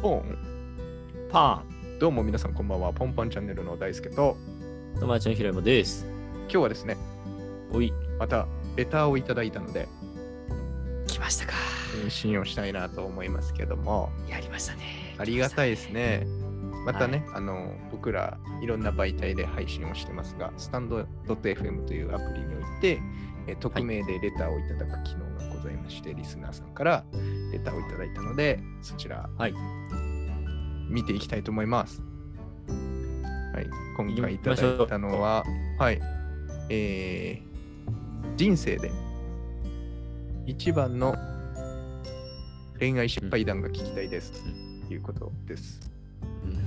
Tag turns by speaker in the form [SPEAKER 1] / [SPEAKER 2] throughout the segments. [SPEAKER 1] ポン、パン。どうも皆さんこんばんは。ポンパンチャンネルの大輔と、
[SPEAKER 2] 友達の平山です。
[SPEAKER 1] 今日はですね、
[SPEAKER 2] おい。
[SPEAKER 1] またレターをいただいたので、
[SPEAKER 2] 来ましたか。
[SPEAKER 1] 返信をしたいなと思いますけども、
[SPEAKER 2] やりましたね
[SPEAKER 1] ありがたいです。ね。またね、
[SPEAKER 2] は
[SPEAKER 1] あの、僕らいろんな媒体で配信をしてますが、スタンド .fm というアプリにおいて、え匿名でレターをいただく機能がございまして、リスナーさんからレターをいただいたので、そちら、
[SPEAKER 2] はい
[SPEAKER 1] 見ていきたいと思います。はい、今回い
[SPEAKER 2] 行きま
[SPEAKER 1] た
[SPEAKER 2] しょう
[SPEAKER 1] だいたのは、はい、えー、人生で一番の恋愛失敗談が聞きたいです、ということです。
[SPEAKER 2] うん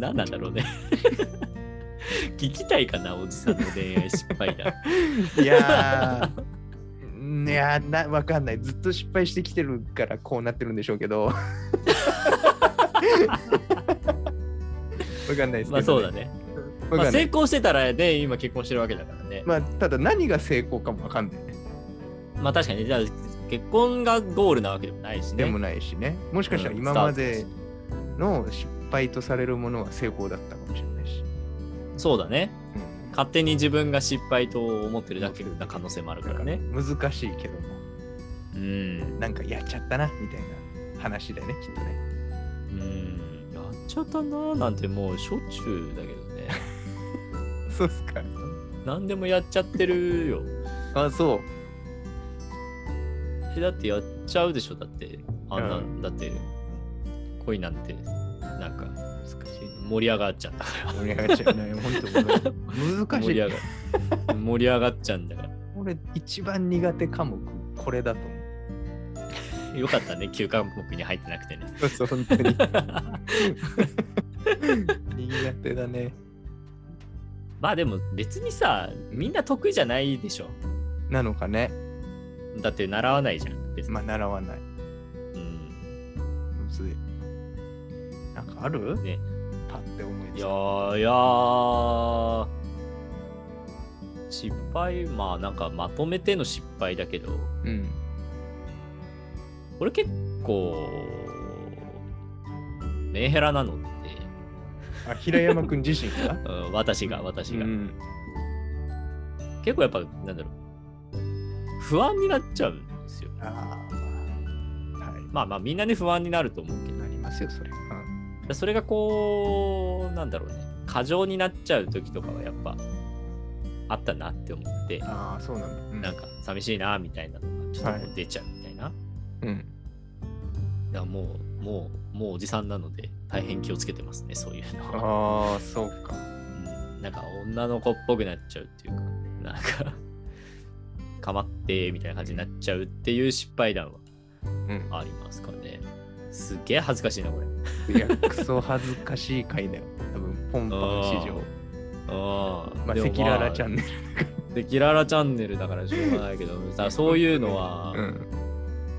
[SPEAKER 2] 何なんだろうね。 聞きたいかな、おじさんの恋愛失敗談。
[SPEAKER 1] いや ー、いやーな、わかんない。ずっと失敗してきてるからこうなってるんでしょう けど。わかんない ですけど、
[SPEAKER 2] まあそうだね。
[SPEAKER 1] わ
[SPEAKER 2] ま
[SPEAKER 1] か
[SPEAKER 2] あ
[SPEAKER 1] んな
[SPEAKER 2] 成
[SPEAKER 1] い。
[SPEAKER 2] 功してたらね、今結婚してるわけだからね。
[SPEAKER 1] まあ、ただ何が成功かもわかんない。
[SPEAKER 2] まあ確かにね、じゃあ結婚がゴールなわけでもないしね。
[SPEAKER 1] でもないしね。もしかしたら今までの失敗とされるものは成功だったかもしれないし。
[SPEAKER 2] そうだね。
[SPEAKER 1] うん
[SPEAKER 2] 勝手に自分が失敗と思ってるだけな可能性もあるからね。
[SPEAKER 1] なんか難しいけども、
[SPEAKER 2] うん。
[SPEAKER 1] なんかやっちゃったな、みたいな話だよね、きっとね。
[SPEAKER 2] うん。やっちゃったなーなんてもうしょっちゅうだけどね。
[SPEAKER 1] そうっすか。
[SPEAKER 2] 何でもやっちゃってるよ。
[SPEAKER 1] あ、そう。
[SPEAKER 2] えだってやっちゃうでしょだってあんな、、
[SPEAKER 1] うん
[SPEAKER 2] だって恋なんてなんか
[SPEAKER 1] 難しいな。
[SPEAKER 2] 盛り上がっちゃったから
[SPEAKER 1] 盛り上がっちゃうね。本当難し
[SPEAKER 2] 盛
[SPEAKER 1] い。
[SPEAKER 2] り上が盛り上がっちゃうんだか
[SPEAKER 1] 俺、一番苦手科目、これだと思う。
[SPEAKER 2] らよかったね9科目に入ってなくてね
[SPEAKER 1] そうそう、本当に。 苦手だね。
[SPEAKER 2] まあでも別にさみんな得意じゃないでしょ
[SPEAKER 1] なのかね。
[SPEAKER 2] だって習わないじゃん別に、
[SPEAKER 1] まあ、習わない。
[SPEAKER 2] うん
[SPEAKER 1] むずい。なんかある
[SPEAKER 2] ね
[SPEAKER 1] パって思いつく
[SPEAKER 2] いやーいやー失敗まあなんかまとめての失敗だけど
[SPEAKER 1] うん。
[SPEAKER 2] 俺結構メンヘラなのって、
[SPEAKER 1] あ、平山くん自身が
[SPEAKER 2] うん私が私が、
[SPEAKER 1] うん。
[SPEAKER 2] 結構やっぱなんだろう不安になっちゃうんですよ
[SPEAKER 1] ああ、まあ、はい。
[SPEAKER 2] まあまあみんなね不安になると思うけ
[SPEAKER 1] なりますよ、それ。うん
[SPEAKER 2] どそれがこうなんだろうね過剰になっちゃう時とかはやっぱあったなって思って
[SPEAKER 1] ああ、そうなんだ。うん
[SPEAKER 2] なんか寂しいなみたいなのがちょっと
[SPEAKER 1] は
[SPEAKER 2] こう出ちゃうみたいな、
[SPEAKER 1] うん。
[SPEAKER 2] だからもうもうもうおじさんなので大変気をつけてますねそういうのは
[SPEAKER 1] ああ、そうか。
[SPEAKER 2] うんなんか女の子っぽくなっちゃうっていうか、なんか、かまってみたいな感じになっちゃうっていう失敗談
[SPEAKER 1] うん。
[SPEAKER 2] はありますかね。すげえ恥ずかしいな、これ。
[SPEAKER 1] いや、クソ恥ずかしい回だよ。多分、ポンパン史上。
[SPEAKER 2] あ
[SPEAKER 1] まあ、赤裸々チャン
[SPEAKER 2] ネ
[SPEAKER 1] ネル。
[SPEAKER 2] ル。赤裸々チャンネルだからしょうがないけど、さそういうのは
[SPEAKER 1] うん。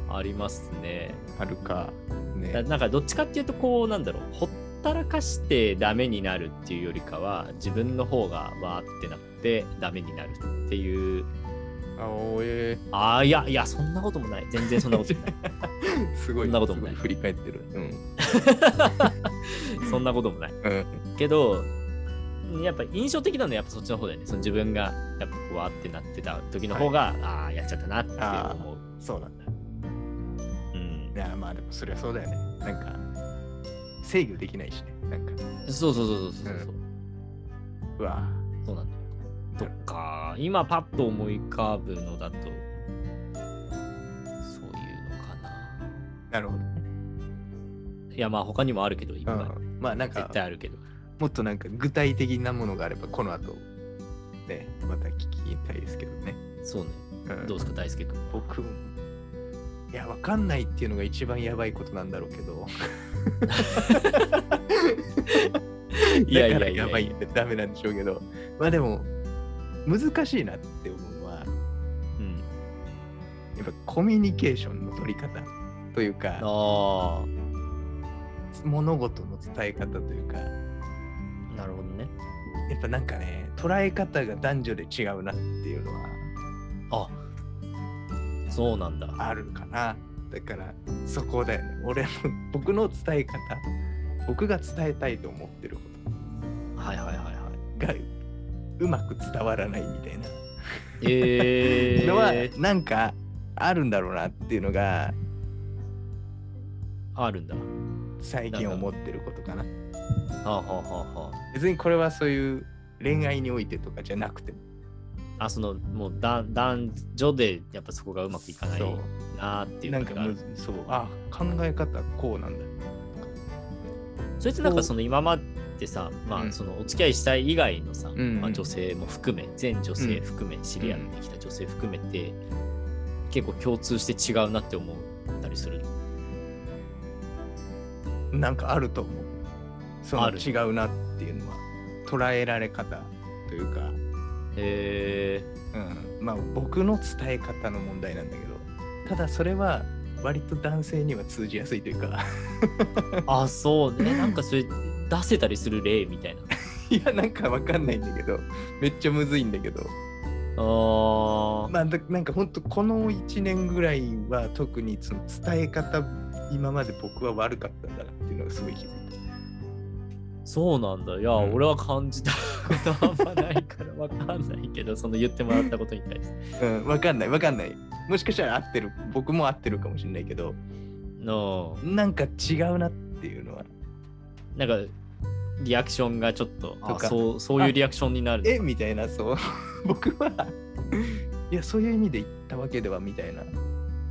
[SPEAKER 2] ありますね。
[SPEAKER 1] あるか。
[SPEAKER 2] だ
[SPEAKER 1] ね。
[SPEAKER 2] なんかどっちかっていうと、こう、なんだろう、ほったらかしてダメになるっていうよりかは、自分の方がわーってなってダメになるっていう。
[SPEAKER 1] あおえ
[SPEAKER 2] ああ、いや、いや、そんなこともない。全然そんなこと ない。
[SPEAKER 1] ー、すごい。
[SPEAKER 2] そんなこともない
[SPEAKER 1] すご振り返ってる。うん。
[SPEAKER 2] そんなこともない。
[SPEAKER 1] うん。
[SPEAKER 2] けど、やっぱ印象的なのはやっぱそっちの方だよね。その自分がやっぱこうわーってなってた時の方が、ああ、やっちゃったなって思う。
[SPEAKER 1] そうなんだ。
[SPEAKER 2] うん
[SPEAKER 1] い、や、まあ、でも、そりゃそうだよね。なんか、制御できないしね。なんか、
[SPEAKER 2] そうそうそうそうそうそう。
[SPEAKER 1] うわ
[SPEAKER 2] そうなんだよ。とか、今パッと思い浮かぶのだと、そういうのかな。
[SPEAKER 1] なるほど。
[SPEAKER 2] いや、まあ他にもあるけど、今、
[SPEAKER 1] うん、まあ、なんか
[SPEAKER 2] 絶、対あるけど。
[SPEAKER 1] もっとなんか具体的なものがあれば、この後、ね、また聞きたいですけどね。
[SPEAKER 2] そうね。
[SPEAKER 1] うん
[SPEAKER 2] どうですか、大輔君。
[SPEAKER 1] 僕もいや、わかんないっていうのが一番やばいことなんだろうけど、
[SPEAKER 2] いやい
[SPEAKER 1] だから
[SPEAKER 2] やい
[SPEAKER 1] や
[SPEAKER 2] や
[SPEAKER 1] ばいってダメなんでしょうけど、まあでも、難しいなって思うのは、
[SPEAKER 2] うん。
[SPEAKER 1] やっぱコミュニケーションの取り方というか、
[SPEAKER 2] あ
[SPEAKER 1] 物事の伝え方というか、
[SPEAKER 2] あ、なるほどね。
[SPEAKER 1] やっぱなんかね、捉え方が男女で違うなっていうのは
[SPEAKER 2] あそうなんだ。
[SPEAKER 1] あるかな。だからそこだよね俺も僕の伝え方僕が伝えたいと思ってるこ
[SPEAKER 2] はいはいはいはい。
[SPEAKER 1] とがうまく伝わらないみたいな
[SPEAKER 2] えー、
[SPEAKER 1] のはなんかあるんだろうなっていうのが
[SPEAKER 2] あるんだ。は
[SPEAKER 1] 最近思ってることかな
[SPEAKER 2] あ、はあはあは
[SPEAKER 1] 別にこれはそういう恋愛においてとかじゃなくても
[SPEAKER 2] あ、あそのもうだ男女でやっぱそこがうまくいかない
[SPEAKER 1] そう
[SPEAKER 2] なーっていう
[SPEAKER 1] な
[SPEAKER 2] の
[SPEAKER 1] ん
[SPEAKER 2] が
[SPEAKER 1] かむそうあ考え方こうなんだ
[SPEAKER 2] それってなんかその今までさ、ま
[SPEAKER 1] う
[SPEAKER 2] あ
[SPEAKER 1] ん
[SPEAKER 2] そのお付き合いしたい以外のさ、
[SPEAKER 1] ん
[SPEAKER 2] まあ、女性も含め、全女性含め、知り合ってきた女性含めて、結構共通して違うなって思ったりする。
[SPEAKER 1] なんかあると思うその
[SPEAKER 2] ある
[SPEAKER 1] 違うなっていうのは捉えられ方というか、
[SPEAKER 2] え
[SPEAKER 1] うん、まあ僕の伝え方の問題なんだけどただそれは割と男性には通じやすいというか
[SPEAKER 2] ー、あ、そうね。なんかそれ出せたりする例み たいな。
[SPEAKER 1] いやなんかわかんないんだけどめっちゃむずいんだけど
[SPEAKER 2] あー、
[SPEAKER 1] まあだなんかほんとこの1年ぐらいは特にその伝え方今まで僕は悪かったんだなっていうのがすごい気づいた。
[SPEAKER 2] そうなんだ。いや、
[SPEAKER 1] うん
[SPEAKER 2] 俺は感じたことあんまないからわかんないけど、その言ってもらったことに 対して。
[SPEAKER 1] うん、わかんないわかんない。もしかしたら合ってる僕も合ってるかもしれないけど
[SPEAKER 2] の、
[SPEAKER 1] なんか違うなっていうのは
[SPEAKER 2] なんか、リアクションがちょっと、あ
[SPEAKER 1] とか
[SPEAKER 2] そうそういうリアクションになる。
[SPEAKER 1] えみたいなそう 僕はいやそういう意味で言ったわけではみたいな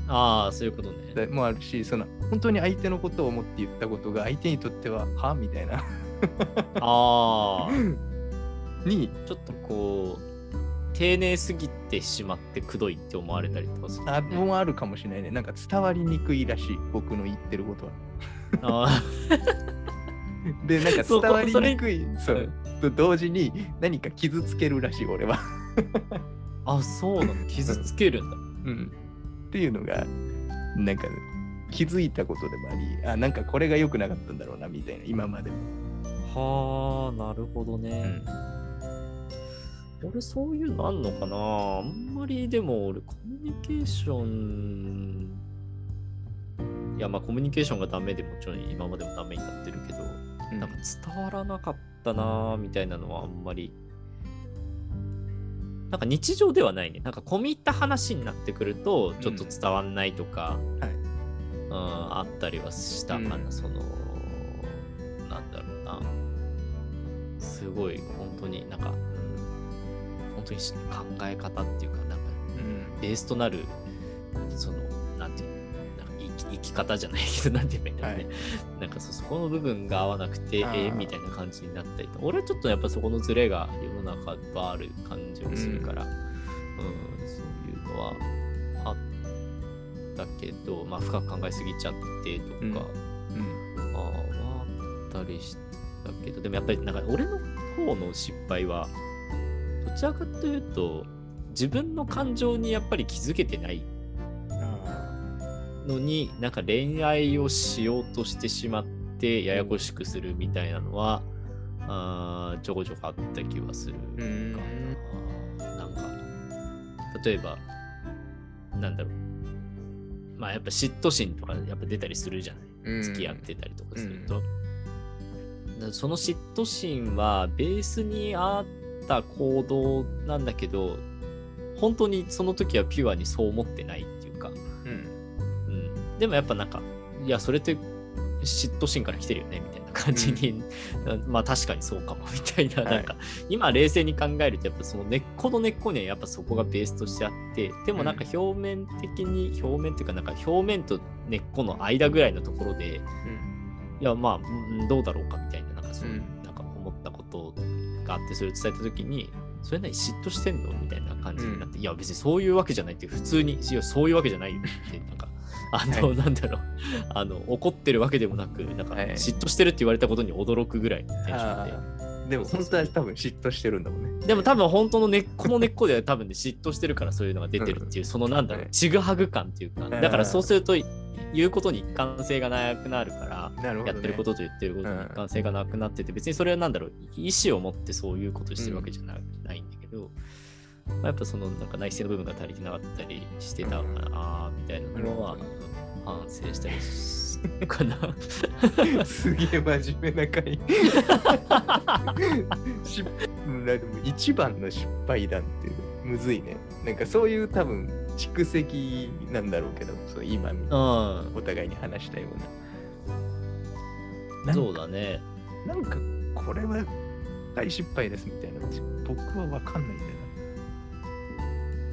[SPEAKER 2] ああ、そういうことね。
[SPEAKER 1] でもあるしその本当に相手のことを思って言ったことが相手にとってははみたいな
[SPEAKER 2] ああ、
[SPEAKER 1] に
[SPEAKER 2] ちょっとこう、丁寧すぎてしまってくどいって思われたりとかする。
[SPEAKER 1] あもうあるかもしれないねなんか伝わりにくいらしい僕の言ってることは
[SPEAKER 2] あ
[SPEAKER 1] でなんか
[SPEAKER 2] そ
[SPEAKER 1] 伝
[SPEAKER 2] こ
[SPEAKER 1] わりにくい そ
[SPEAKER 2] れ
[SPEAKER 1] うと同時に何か傷つけるらしい俺は、
[SPEAKER 2] ーあ、そうなの。傷つけるんだ。
[SPEAKER 1] うん、っていうのがなんか気づいたことでもありあなんかこれが良くなかったんだろうなみたいな今までも、
[SPEAKER 2] はあ、なるほど
[SPEAKER 1] う
[SPEAKER 2] ね。
[SPEAKER 1] ん
[SPEAKER 2] 俺そういうのあんのかなあんまりでも俺コミュニケーションいやまあコミュニケーションがダメでもちろん今までもダメになってるけど、なんか伝わらなかったなあみたいなのはあんまりなんか日常ではないねなんか込み入った話になってくるとちょっと伝わんないとか、うん
[SPEAKER 1] はい
[SPEAKER 2] あったりはしたかな、
[SPEAKER 1] うん
[SPEAKER 2] そのなんだろうなすごい本当になんか、うん、本当にし考え方っていうかなんか
[SPEAKER 1] うん
[SPEAKER 2] ベースとなるそのなんていうのなんか生き生き方じゃないけどなんて言えばいいんだろうね、なんかそそこの部分が合わなくてえ
[SPEAKER 1] あー
[SPEAKER 2] ーみたいな感じになったりと俺はちょっとやっぱそこのズレが世の中はある感じがするから、うんそういうのはあったけど、まあ、深く考えすぎちゃってとか、
[SPEAKER 1] うんうん
[SPEAKER 2] あはあったりしたけどでもやっぱりなんか俺の方の失敗はどちらかというと自分の感情にやっぱり気づけてない
[SPEAKER 1] あ
[SPEAKER 2] のになんか恋愛をしようとしてしまってややこしくするみたいなのは、あーちょこちょこあった気はする
[SPEAKER 1] ーうん
[SPEAKER 2] かな。なんか例えばなんだろうまあやっぱ嫉妬心とかやっぱ出たりするじゃない。付き合ってたりとかすると、だその嫉妬心はベースにあった行動なんだけど本当にその時はピュアにそう思ってないっていうか、
[SPEAKER 1] うん
[SPEAKER 2] うん、でもやっぱなんかいやそれって嫉妬心から来てるよねみたいな感じに、 まあ確かにそうかもみたいな,、
[SPEAKER 1] はい
[SPEAKER 2] なんか今冷静に考えるとやっぱその根っこの根っこにはやっぱそこがベースとしてあってでもなんか表面的に表面っていうかなんか表面と根っこの間ぐらいのところで、いやまあうんどうだろうかみたいななんかそう、
[SPEAKER 1] うん
[SPEAKER 2] なんか思ったことがあってそれを伝えた時にそれ何嫉妬してんのみたいな感じになって、いや別にそういうわけじゃないって普通にいやそういうわけじゃないよってなんかあの、
[SPEAKER 1] はい
[SPEAKER 2] なんだろうあの怒ってるわけでもなくなんか
[SPEAKER 1] はい
[SPEAKER 2] 嫉妬してるって言われたことに驚くぐらいのテンションで、
[SPEAKER 1] あでも本当は多分嫉妬してるんだもんね。
[SPEAKER 2] でも多分本当の根っこの根っこでは多分ね嫉妬してるからそういうのが出てるっていう、そのなんだろう
[SPEAKER 1] はい
[SPEAKER 2] ちぐはぐ感っていうか
[SPEAKER 1] ん
[SPEAKER 2] だからそうすると言うことに一貫性がなくなるから。
[SPEAKER 1] なるほど、ね。
[SPEAKER 2] やってることと言ってることに一貫性がなくなってて、別にそれは何だろう意思を持ってそういうことしてるわけじゃな,、いんだけど、まあ、やっぱそのなんか内政の部分が足りてなかったりしてたから、あーみたいなのは
[SPEAKER 1] なるほどね
[SPEAKER 2] うん反省したりするか な。
[SPEAKER 1] すげえ真面目な回。 失敗でも一番の失敗談ってむずいね。なんかそういう多分蓄積なんだろうけど、その今
[SPEAKER 2] うん
[SPEAKER 1] お互いに話したような。
[SPEAKER 2] そうだね。
[SPEAKER 1] なんかこれは大失敗ですみたいなの僕は分かんないんだよ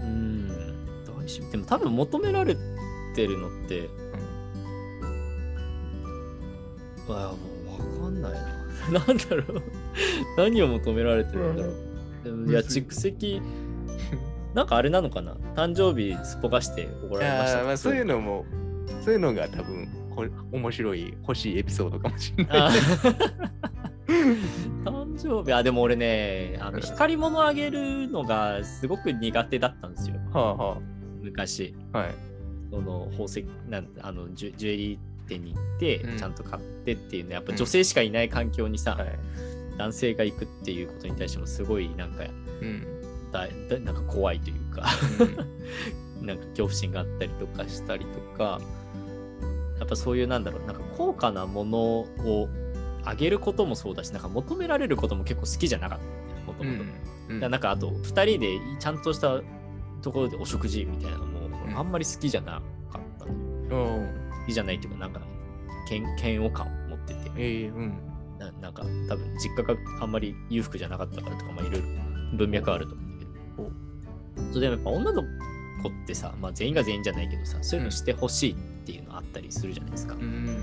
[SPEAKER 2] うん。大丈夫。でも多分求められてるのって、ああ、もうわかんないな。 なんだろう。何を求められてるんだろう。でもいや、
[SPEAKER 1] むずい
[SPEAKER 2] 蓄積、なんかあれなのかな。誕生日すっぽかして 怒
[SPEAKER 1] な。
[SPEAKER 2] られましたと
[SPEAKER 1] あ
[SPEAKER 2] か。
[SPEAKER 1] まあそういうのもそういうのが多分こ面白い欲しいエピソードかもしれない。
[SPEAKER 2] あ 誕生日あでも俺ねあ
[SPEAKER 1] う
[SPEAKER 2] の
[SPEAKER 1] ん
[SPEAKER 2] 光り物あげるのがすごく苦手だったんですよ
[SPEAKER 1] はあは
[SPEAKER 2] 昔
[SPEAKER 1] あ。はい。
[SPEAKER 2] その宝石なんあのジュジュエリー店に行って
[SPEAKER 1] うん
[SPEAKER 2] ちゃんと買ってっていうねやっぱ
[SPEAKER 1] うん
[SPEAKER 2] 女性しかいない環境にさ、
[SPEAKER 1] はい。
[SPEAKER 2] 男性が行くっていうことに対してもすごいなんか
[SPEAKER 1] うん。
[SPEAKER 2] だだなんか怖いというか
[SPEAKER 1] うん
[SPEAKER 2] なんか恐怖心があったりとかしたりとかやっぱそういうなんだろうなんか高価なものをあげることもそうだしなんか求められることも結構好きじゃなかったもと
[SPEAKER 1] う
[SPEAKER 2] もと。
[SPEAKER 1] んうん
[SPEAKER 2] だからなんかあと2人でちゃんとしたところでお食事みたいなのも
[SPEAKER 1] ん
[SPEAKER 2] あんまり好きじゃなかった、
[SPEAKER 1] うん
[SPEAKER 2] 好きじゃないっていうかなんか嫌嫌悪感を持ってて
[SPEAKER 1] ええうん。
[SPEAKER 2] ななんか多分実家があんまり裕福じゃなかったからとかまあいろいろ文脈はあると思うんだけどそうでもやっぱ女の子ってさ、まあ、全員が全員じゃないけどさそういうのしてほしいっていうのあったりするじゃないですか、
[SPEAKER 1] うん。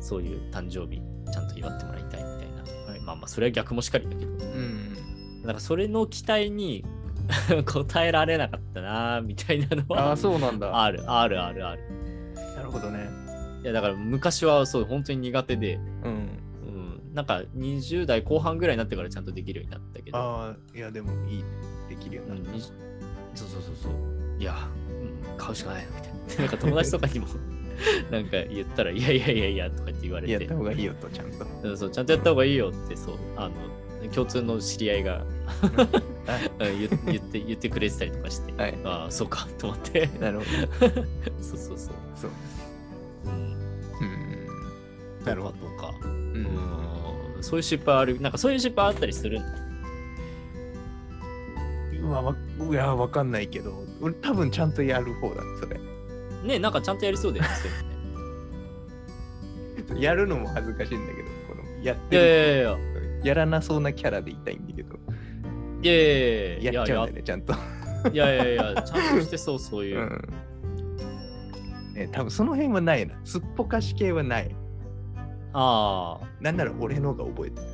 [SPEAKER 2] そういう誕生日ちゃんと祝ってもらいたいみたいな、まあまあそれは逆もしかりだけど
[SPEAKER 1] うん。
[SPEAKER 2] なんかそれの期待に 応えられなかったなみたいなの
[SPEAKER 1] ああ、
[SPEAKER 2] は
[SPEAKER 1] そうなんだ。
[SPEAKER 2] あるあるあるある
[SPEAKER 1] なるほどね。
[SPEAKER 2] いやだから昔はそう本当に苦手で、
[SPEAKER 1] うん。
[SPEAKER 2] うん、なんか20代後半ぐらいになってからちゃんとできるようになったけど、
[SPEAKER 1] ああ、いや、でもいい。できるよう
[SPEAKER 2] うん
[SPEAKER 1] になっ
[SPEAKER 2] にそうそうそうそういや、うん、買うしかないよみたい ななんか友達とかにも なんか言ったら「いやいやいやいや」とかって言わ
[SPEAKER 1] た。
[SPEAKER 2] れ
[SPEAKER 1] やってた方がいいよと、ちゃんと。
[SPEAKER 2] うんそうちゃんとやった方がいいよってそうあの共通の知り合いがうん 言言って言ってくれてたりとかして、
[SPEAKER 1] はい
[SPEAKER 2] ああそうかと思って
[SPEAKER 1] なるほど。
[SPEAKER 2] そうそうそう。
[SPEAKER 1] そう。
[SPEAKER 2] うん、
[SPEAKER 1] うん。なるほど。
[SPEAKER 2] とか、
[SPEAKER 1] う。
[SPEAKER 2] うんん、そういう失敗ある、なんかそういう失敗あったりするんだ。
[SPEAKER 1] まあわ、いや、わかんないけど、俺多分ちゃんとやる方だ、それ。
[SPEAKER 2] ね、なんかちゃんとやりそうだよ ね。そういうのね
[SPEAKER 1] やるのも恥ずかしいんだけど、このやっ
[SPEAKER 2] いやい
[SPEAKER 1] てる、
[SPEAKER 2] やいや
[SPEAKER 1] やらなそうなキャラでいたいんだけど、
[SPEAKER 2] いやいやいやいや
[SPEAKER 1] やっちゃうんだよね、ちゃんと。
[SPEAKER 2] いやいやいやいや、ちゃんとしてそう、そういうう。
[SPEAKER 1] ん。ね、多分その辺はないな。すっぽかし系はない。
[SPEAKER 2] ああ、
[SPEAKER 1] なんなら俺のが覚えてる。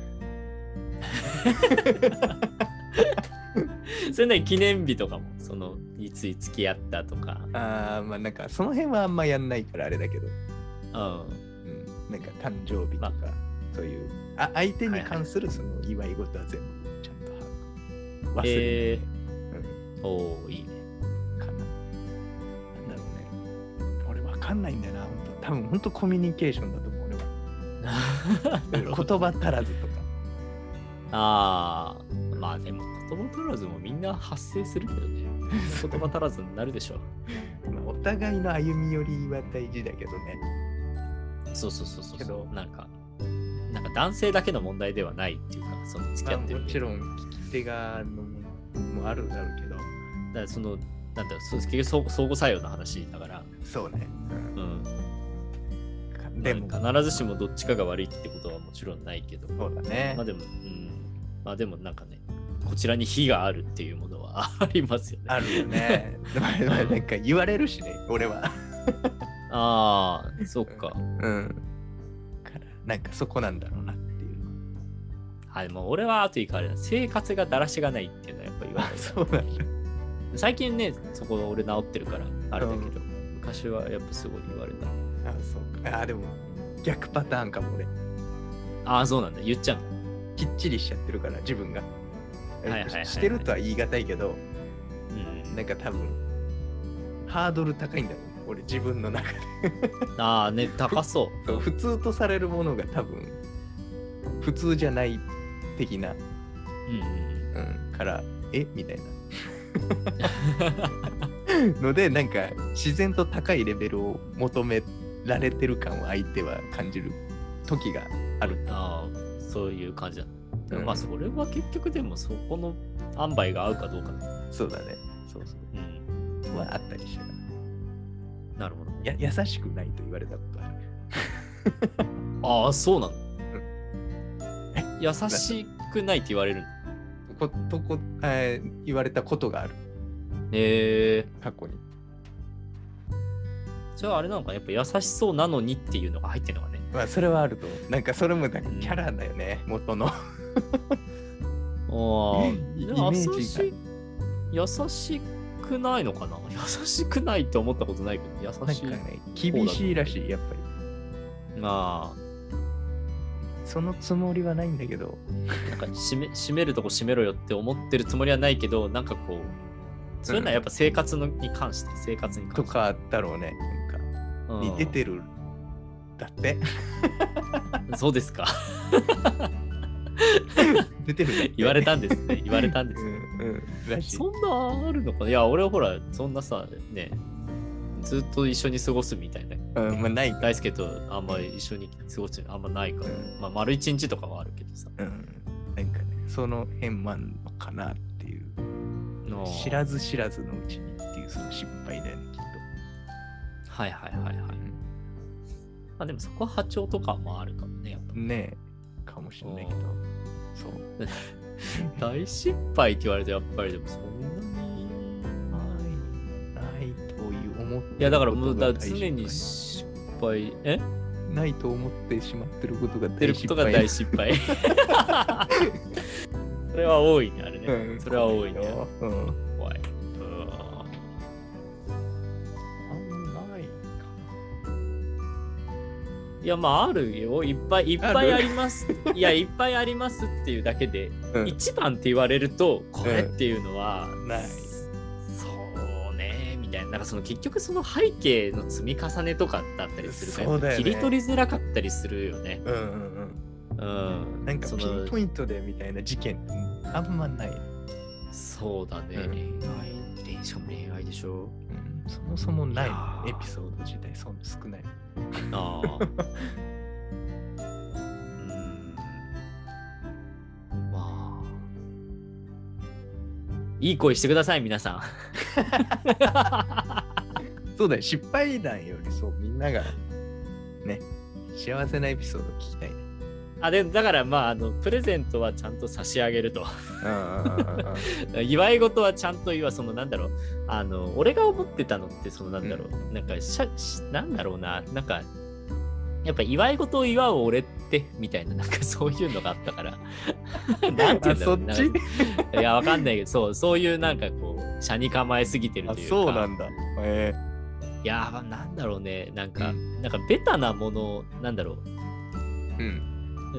[SPEAKER 2] それなりに記念日とかも、その、いつい付き合ったとか、
[SPEAKER 1] ああ、まあなんかその辺はあんまやんないからあれだけど、
[SPEAKER 2] うん、
[SPEAKER 1] うん、なんか誕生日と
[SPEAKER 2] ま
[SPEAKER 1] か、
[SPEAKER 2] あ
[SPEAKER 1] そういうあ、相手に
[SPEAKER 2] はいはい
[SPEAKER 1] 関するその祝い事は全部ちゃんと把握忘れない、
[SPEAKER 2] えー、おおいいね。
[SPEAKER 1] うん、かな。なんだろうね。俺わかんないんだよな、本当多分本当コミュニケーションだと思う。俺は
[SPEAKER 2] なるほど
[SPEAKER 1] 言葉足らずとか。
[SPEAKER 2] ああ、まあでも、言葉足らずもみんな発生するけどね。言葉足らずになるでしょう。
[SPEAKER 1] まあお互いの歩み寄りは大事だけどね。
[SPEAKER 2] そうそうそうそう
[SPEAKER 1] けど
[SPEAKER 2] なんかなんか男性だけの問題ではないっていうかその付き合ってる、
[SPEAKER 1] もちろん聞き手側のもあるだろうけど。
[SPEAKER 2] だからそのなんだろうそう結局相相互作用の話だから、
[SPEAKER 1] そうね。
[SPEAKER 2] うん、
[SPEAKER 1] うん、でも、
[SPEAKER 2] まあ必ずしもどっちかが悪いってことはもちろんないけど
[SPEAKER 1] そうだね
[SPEAKER 2] まあ。でもうんまあでもなんかねこちらに非があるっていうものは ありますよね
[SPEAKER 1] あるよね。 まあまあなんか言われるしね、俺は。
[SPEAKER 2] ああそっか
[SPEAKER 1] うん。からなんかそこなんだろうなっていう。
[SPEAKER 2] あでも俺はあといいかあれだ生活がだらしがないっていうのはやっぱ言われ る
[SPEAKER 1] そうなんだ。
[SPEAKER 2] 最近ねそこ俺治ってるからあれだけど、
[SPEAKER 1] う
[SPEAKER 2] 昔はやっぱすごい言われた
[SPEAKER 1] あ、そうか。あ、でも逆パターンかも俺。
[SPEAKER 2] ああ、そうなんだ。言っちゃうんだ。
[SPEAKER 1] きっちりしちゃってるから、自分が。
[SPEAKER 2] いはいはいはい
[SPEAKER 1] ししてるとは言い難いけど、
[SPEAKER 2] うん、
[SPEAKER 1] なんか多分、ハードル高いんだろうね。俺自分の中で。
[SPEAKER 2] ああ、ね、高そう。
[SPEAKER 1] そう普通とされるものが多分、普通じゃない的な、
[SPEAKER 2] うんうん
[SPEAKER 1] うん、から、えみたいな。のでなんか自然と高いレベルを求められてる感を相手は感じる時があると。
[SPEAKER 2] ああ、そういう感じだ。でも
[SPEAKER 1] うん
[SPEAKER 2] まあ、それは結局でも、そこの塩梅が合うかどうかだ。
[SPEAKER 1] そうだね。そうそう
[SPEAKER 2] うん。
[SPEAKER 1] う。はあったりしたから
[SPEAKER 2] なるほど。
[SPEAKER 1] や優しくないと言われたことある。
[SPEAKER 2] ああ、そうなの
[SPEAKER 1] え。
[SPEAKER 2] 優しくないって言われるの。
[SPEAKER 1] ことこ、えー言われたことがある。
[SPEAKER 2] へえ。
[SPEAKER 1] 過去に。
[SPEAKER 2] じゃああれなのかなやっぱ優しそうなのにっていうのが入ってるのかね。
[SPEAKER 1] まあそれはあると思う。なんかそれもなんかキャラだよね。元の。
[SPEAKER 2] あ
[SPEAKER 1] イ
[SPEAKER 2] あ、
[SPEAKER 1] メ
[SPEAKER 2] 優
[SPEAKER 1] ージが
[SPEAKER 2] しい優しくないのかな優しくないって思ったことないけど、
[SPEAKER 1] な
[SPEAKER 2] 優
[SPEAKER 1] ん
[SPEAKER 2] し
[SPEAKER 1] か
[SPEAKER 2] い。
[SPEAKER 1] ね、厳しいらしい、やっぱり。
[SPEAKER 2] ま
[SPEAKER 1] そのつもりはないんだけど。
[SPEAKER 2] あ、なんか締め締めるとこ締めろよって思ってるつもりはないけど、なんかこう、そういうのはやっぱ生活のに関して、生活に関し
[SPEAKER 1] と
[SPEAKER 2] て。
[SPEAKER 1] かあったろうね。なん
[SPEAKER 2] う
[SPEAKER 1] か、似
[SPEAKER 2] ん、
[SPEAKER 1] ててる。だ って。
[SPEAKER 2] そうですか。
[SPEAKER 1] 出てるんだって。
[SPEAKER 2] 言われたんですね。言われたんです
[SPEAKER 1] う
[SPEAKER 2] ね。
[SPEAKER 1] んうん。らしい。
[SPEAKER 2] そんなあるのかないや、俺はほら、そんなさ、ね、ずっと一緒に過ごすみたいな
[SPEAKER 1] うん、まあない。
[SPEAKER 2] 大輔とあんまり一緒に過ごすのあんまないか
[SPEAKER 1] う
[SPEAKER 2] ら、
[SPEAKER 1] ん
[SPEAKER 2] まあ丸一日とかはあるけどさ
[SPEAKER 1] うん。なんかね、その辺もあんのかなっていう。
[SPEAKER 2] の
[SPEAKER 1] 知らず知らずのうちにっていうその失敗だよね、きっ
[SPEAKER 2] はいはいはいはい、まあ、でもそこは波長とかもあるかもねやっ
[SPEAKER 1] と。ねえ。かもしれないけど。そう。
[SPEAKER 2] ぱ大失敗って言われてやっぱりでもそんなに
[SPEAKER 1] ない。ないという思ってることが大事。
[SPEAKER 2] いやだからもうだから常に失敗え
[SPEAKER 1] ないと思ってしまってることが
[SPEAKER 2] ってることが大失 敗それは多いねあれね、
[SPEAKER 1] うん
[SPEAKER 2] それは多いね
[SPEAKER 1] うん。
[SPEAKER 2] 怖いうん
[SPEAKER 1] あんまないか
[SPEAKER 2] いやまああるよいっぱいいっぱいあります いやいっぱいありますっていうだけで
[SPEAKER 1] な。うん
[SPEAKER 2] 一番って言われるとこれっていうのは、
[SPEAKER 1] ない
[SPEAKER 2] そうねみたいななんかその結局その背景の積み重ねとかだったりするから
[SPEAKER 1] そうだよね
[SPEAKER 2] 切り取りづらかったりするよね。
[SPEAKER 1] うんうん
[SPEAKER 2] うん
[SPEAKER 1] う、ん。なんか
[SPEAKER 2] そ
[SPEAKER 1] ピ
[SPEAKER 2] の
[SPEAKER 1] ンポイントでみたいな事件あんまない。う
[SPEAKER 2] そうだね、
[SPEAKER 1] うん
[SPEAKER 2] 恋愛恋しかも恋愛で しょ
[SPEAKER 1] んそもそもない
[SPEAKER 2] いやー
[SPEAKER 1] エピソード自体そんな少ない。
[SPEAKER 2] ああうんまあいい恋してください 皆さん。
[SPEAKER 1] そうだよ、失敗談よりそう、みんながね、幸せなエピソード聞きたいね。
[SPEAKER 2] あでだからまああのプレゼントはちゃんと差し上げると 祝い事はちゃんと言わそのなんだろうあの俺が思ってたのってそのなんだろう、なんかしゃしなんだろうななんかやっぱ祝い事を祝う俺ってみたいななんかそういうのがあったから なんて言うん
[SPEAKER 1] あ
[SPEAKER 2] だろう
[SPEAKER 1] そっち
[SPEAKER 2] なんかいやわかんないけどそうそういうなんかこう車に構えすぎてる
[SPEAKER 1] あ
[SPEAKER 2] というか
[SPEAKER 1] そうなんだ。え
[SPEAKER 2] いやまあなんだろうねなんか、
[SPEAKER 1] う
[SPEAKER 2] なんかベタなものなんだろう
[SPEAKER 1] ーう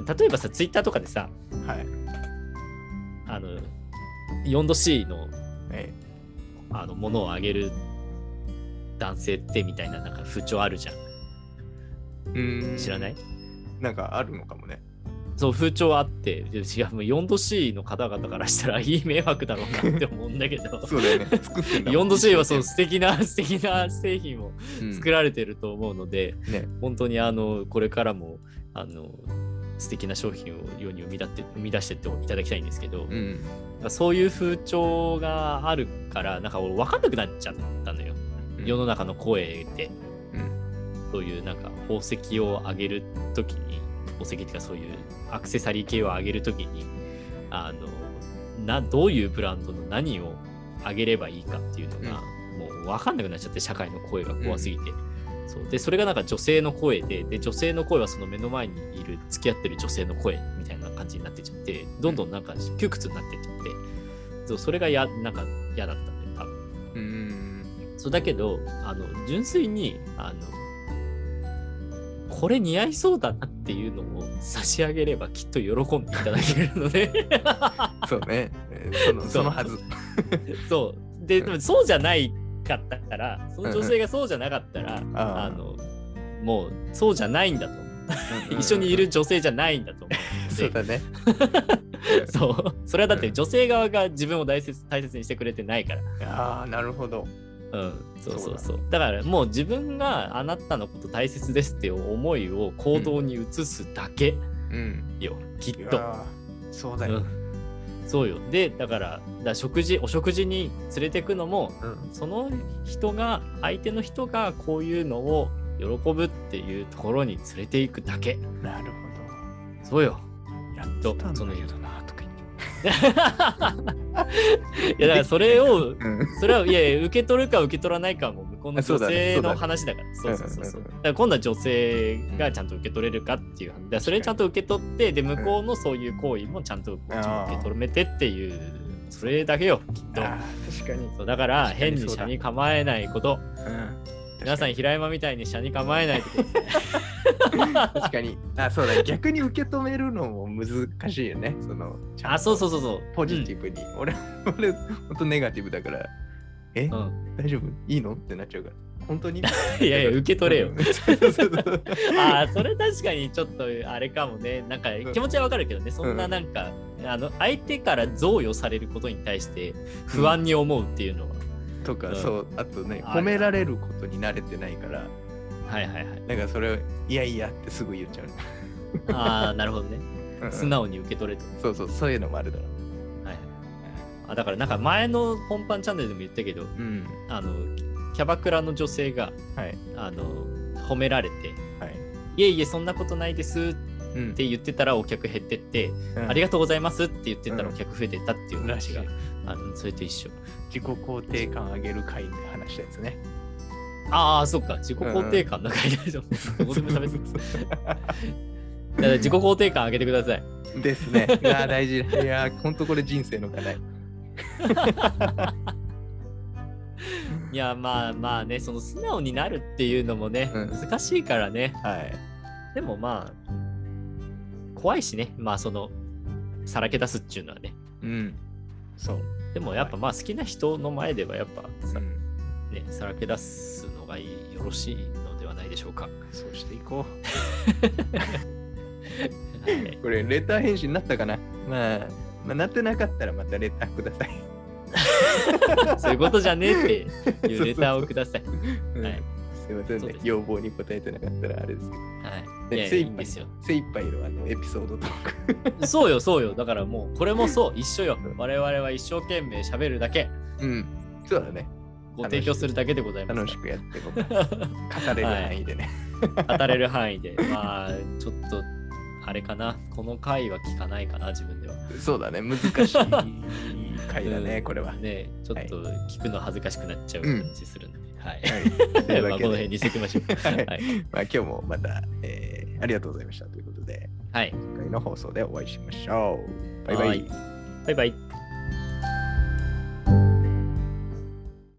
[SPEAKER 1] ん。
[SPEAKER 2] 例えばさツイッターとかでさ
[SPEAKER 1] はい。
[SPEAKER 2] あの 4°C の
[SPEAKER 1] え
[SPEAKER 2] あの物をあげる男性ってみたいななんか風潮あるじゃ
[SPEAKER 1] うん
[SPEAKER 2] ん知らない
[SPEAKER 1] なんかあるのかもね。
[SPEAKER 2] そう風潮あってでいやもう 4°C の方々からしたらいい迷惑だろうなって思うんだけど
[SPEAKER 1] そうだよね。作ってんだもん
[SPEAKER 2] 4°C はそう素敵 な素敵な製品を
[SPEAKER 1] うん
[SPEAKER 2] 作られてると思うので、
[SPEAKER 1] ね
[SPEAKER 2] 本当にあのこれからもあの素敵な商品を世に生み出って生み出してっていただきたいんですけど、
[SPEAKER 1] うん。
[SPEAKER 2] そういう風潮があるからなんか俺分かんなくなっちゃったのよ世の中の声で、そういうなんか宝石をあげるときに宝石っていうかそういうアクセサリー系をあげるときにあのなどういうブランドの何をあげればいいかっていうのが、もう分かんなくなっちゃって社会の声が怖すぎて、そうでそれがなんか女性の声でで女性の声はその目の前にいる付き合ってる女性の声みたいな感じになってっちゃってどんどんなんか窮屈になってっちゃってそうそれがやなんか嫌だったんだよ多分。
[SPEAKER 1] うん。
[SPEAKER 2] そうだけどあの純粋にあのこれ似合いそうだなっていうのを差し上げればきっと喜んでいただけるの で
[SPEAKER 1] そうね。えーその
[SPEAKER 2] そう
[SPEAKER 1] そのは ず。
[SPEAKER 2] そうででもそうじゃないかったからその女性がそうじゃなかったら、あのもうそうじゃないんだと一緒にいる女性じゃないんだ と思うので
[SPEAKER 1] そうだね。
[SPEAKER 2] そうそれはだっ
[SPEAKER 1] う
[SPEAKER 2] て
[SPEAKER 1] ん
[SPEAKER 2] 女性側が自分を大切大切にしてくれてないから
[SPEAKER 1] ああ、なるほど。
[SPEAKER 2] うん、そうそうそうだからもう自分があなたのこと大切ですっていう思いを行動に移すだけ
[SPEAKER 1] うん。
[SPEAKER 2] よ、きっ
[SPEAKER 1] い
[SPEAKER 2] と、
[SPEAKER 1] やーそうだよ。
[SPEAKER 2] うんそうよでだからだから食事お食事に連れてくのも
[SPEAKER 1] うん。
[SPEAKER 2] その人が相手の人がこういうのを喜ぶっていうところに連れていくだけ
[SPEAKER 1] なるほ
[SPEAKER 2] そうよ
[SPEAKER 1] ど。やっとたんだけどな、とか言って。
[SPEAKER 2] いやだからそれ
[SPEAKER 1] う
[SPEAKER 2] を
[SPEAKER 1] ん。
[SPEAKER 2] それはいやいや受け取るか受け取らないかはもう向こうの
[SPEAKER 1] あそう
[SPEAKER 2] 女
[SPEAKER 1] だね
[SPEAKER 2] 性
[SPEAKER 1] そうだ
[SPEAKER 2] の
[SPEAKER 1] ね
[SPEAKER 2] 話だからそうそうそうそう
[SPEAKER 1] うん
[SPEAKER 2] だ
[SPEAKER 1] うんう
[SPEAKER 2] から今度は女性がちゃんと受け取れるかっていう話だからそれちゃんと受け取ってで向こうのそういう行為もちゃんとこっちも受け止めてっていうそれだけよきっと
[SPEAKER 1] あー確かに。
[SPEAKER 2] そうだから
[SPEAKER 1] 確か
[SPEAKER 2] 変
[SPEAKER 1] に
[SPEAKER 2] に
[SPEAKER 1] そうだ
[SPEAKER 2] 車に構えないこと
[SPEAKER 1] うん。
[SPEAKER 2] 皆さん
[SPEAKER 1] 確
[SPEAKER 2] 平山みたいに車に構えないでください
[SPEAKER 1] かに確かに。あ、そうだ。逆に受け止めるのも難しいよね。その、ちゃんと
[SPEAKER 2] あそうそうそうそう
[SPEAKER 1] ポジティブに。俺、俺、ほんとネガティブだから。え、
[SPEAKER 2] うん、
[SPEAKER 1] 大丈夫いいのってなっちゃうから。本当に
[SPEAKER 2] いやいや受け取れよ
[SPEAKER 1] うんそうそうそう
[SPEAKER 2] あーそれ確かにちょっとあれかもねなんか気持ちはわかるけどねそんななんか、あの相手から贈与されることに対して不安に思うっていうのは、
[SPEAKER 1] とか、
[SPEAKER 2] うん
[SPEAKER 1] そう、あとね、
[SPEAKER 2] ある
[SPEAKER 1] 褒められることに慣れてないから、
[SPEAKER 2] はいはいはい
[SPEAKER 1] なんかそれを、いやいやってすぐ言っちゃうね。
[SPEAKER 2] ああなるほどね
[SPEAKER 1] うん
[SPEAKER 2] 素直に受け取れと、
[SPEAKER 1] そうそう、そういうのもあるだろう。
[SPEAKER 2] はい、あだからなんか前の「ポンパンチャンネル」でも言ったけど
[SPEAKER 1] うん。
[SPEAKER 2] あのキャバクラの女性が
[SPEAKER 1] はい。
[SPEAKER 2] あの褒められて
[SPEAKER 1] はい。
[SPEAKER 2] 「いえいえそんなことないです」
[SPEAKER 1] うん
[SPEAKER 2] っ、て言ってたらお客減ってって、あり
[SPEAKER 1] が
[SPEAKER 2] がとうございますって言ってたら
[SPEAKER 1] う
[SPEAKER 2] お
[SPEAKER 1] ん
[SPEAKER 2] 客増えてったっていう
[SPEAKER 1] ら
[SPEAKER 2] 話
[SPEAKER 1] しい
[SPEAKER 2] が、。あのそれと一緒。
[SPEAKER 1] 自己肯定感上げる会で話したやつね。
[SPEAKER 2] ああ、そっか、自己肯定感の回だと思う。どこでも食べてだから自己肯定感上げてください。
[SPEAKER 1] ですね。いやー、大事。いやー、ほんとこれ人生の課題。
[SPEAKER 2] いや、まあまあね、その素直になるっていうのもね、
[SPEAKER 1] うん
[SPEAKER 2] 難しいからね。
[SPEAKER 1] はい。
[SPEAKER 2] でもまあ、怖いしね、まあその、さらけ出すっていうのはね。
[SPEAKER 1] うん。そう。
[SPEAKER 2] でもやっぱまあ好きな人の前ではやっぱ
[SPEAKER 1] う
[SPEAKER 2] さ,、
[SPEAKER 1] ん
[SPEAKER 2] ね、さらけ出すのがいいよろしいのではないでしょうか。
[SPEAKER 1] そうしていこ
[SPEAKER 2] はい、
[SPEAKER 1] う。これ、レター返信になったかなまあ、まあ、なってなかったらまたレターくだ さい。
[SPEAKER 2] そういうことじゃねえっていうレターをください。
[SPEAKER 1] うん
[SPEAKER 2] はい
[SPEAKER 1] すいません
[SPEAKER 2] そう
[SPEAKER 1] ね
[SPEAKER 2] で。す
[SPEAKER 1] 要望に応えてなかったらあれですけど。
[SPEAKER 2] はい。
[SPEAKER 1] で
[SPEAKER 2] いやいや
[SPEAKER 1] 精
[SPEAKER 2] い
[SPEAKER 1] 一
[SPEAKER 2] い
[SPEAKER 1] 杯
[SPEAKER 2] んですよ。
[SPEAKER 1] 精一杯のあのエピソードトーク。
[SPEAKER 2] そうよ、そうよ。だからもう、これもそう、一緒よ
[SPEAKER 1] うん。
[SPEAKER 2] 我々は一生懸命喋るだけ、
[SPEAKER 1] うん。そうだね。
[SPEAKER 2] ご提供するだけでございます。
[SPEAKER 1] 楽しくやっていこうか。語れる範囲でね。
[SPEAKER 2] 語れる範囲で。まあ、ちょっと、あれかな。この回は聞かないかな、自分では。
[SPEAKER 1] そうだね。難しい回だね、
[SPEAKER 2] うん
[SPEAKER 1] これは。はい。
[SPEAKER 2] ねちょっと聞くの恥ずかしくなっちゃう感じするんで。はい。
[SPEAKER 1] という
[SPEAKER 2] ま
[SPEAKER 1] わ
[SPEAKER 2] あ、この
[SPEAKER 1] け
[SPEAKER 2] 辺
[SPEAKER 1] で
[SPEAKER 2] にしておきましょう。
[SPEAKER 1] はい
[SPEAKER 2] はい。
[SPEAKER 1] まあ、今日もまた、えーありがとうございましたということで、
[SPEAKER 2] はい。
[SPEAKER 1] 今回の放送でお会いしましょう。バイバ
[SPEAKER 2] は
[SPEAKER 1] イ
[SPEAKER 2] い。バイバイ。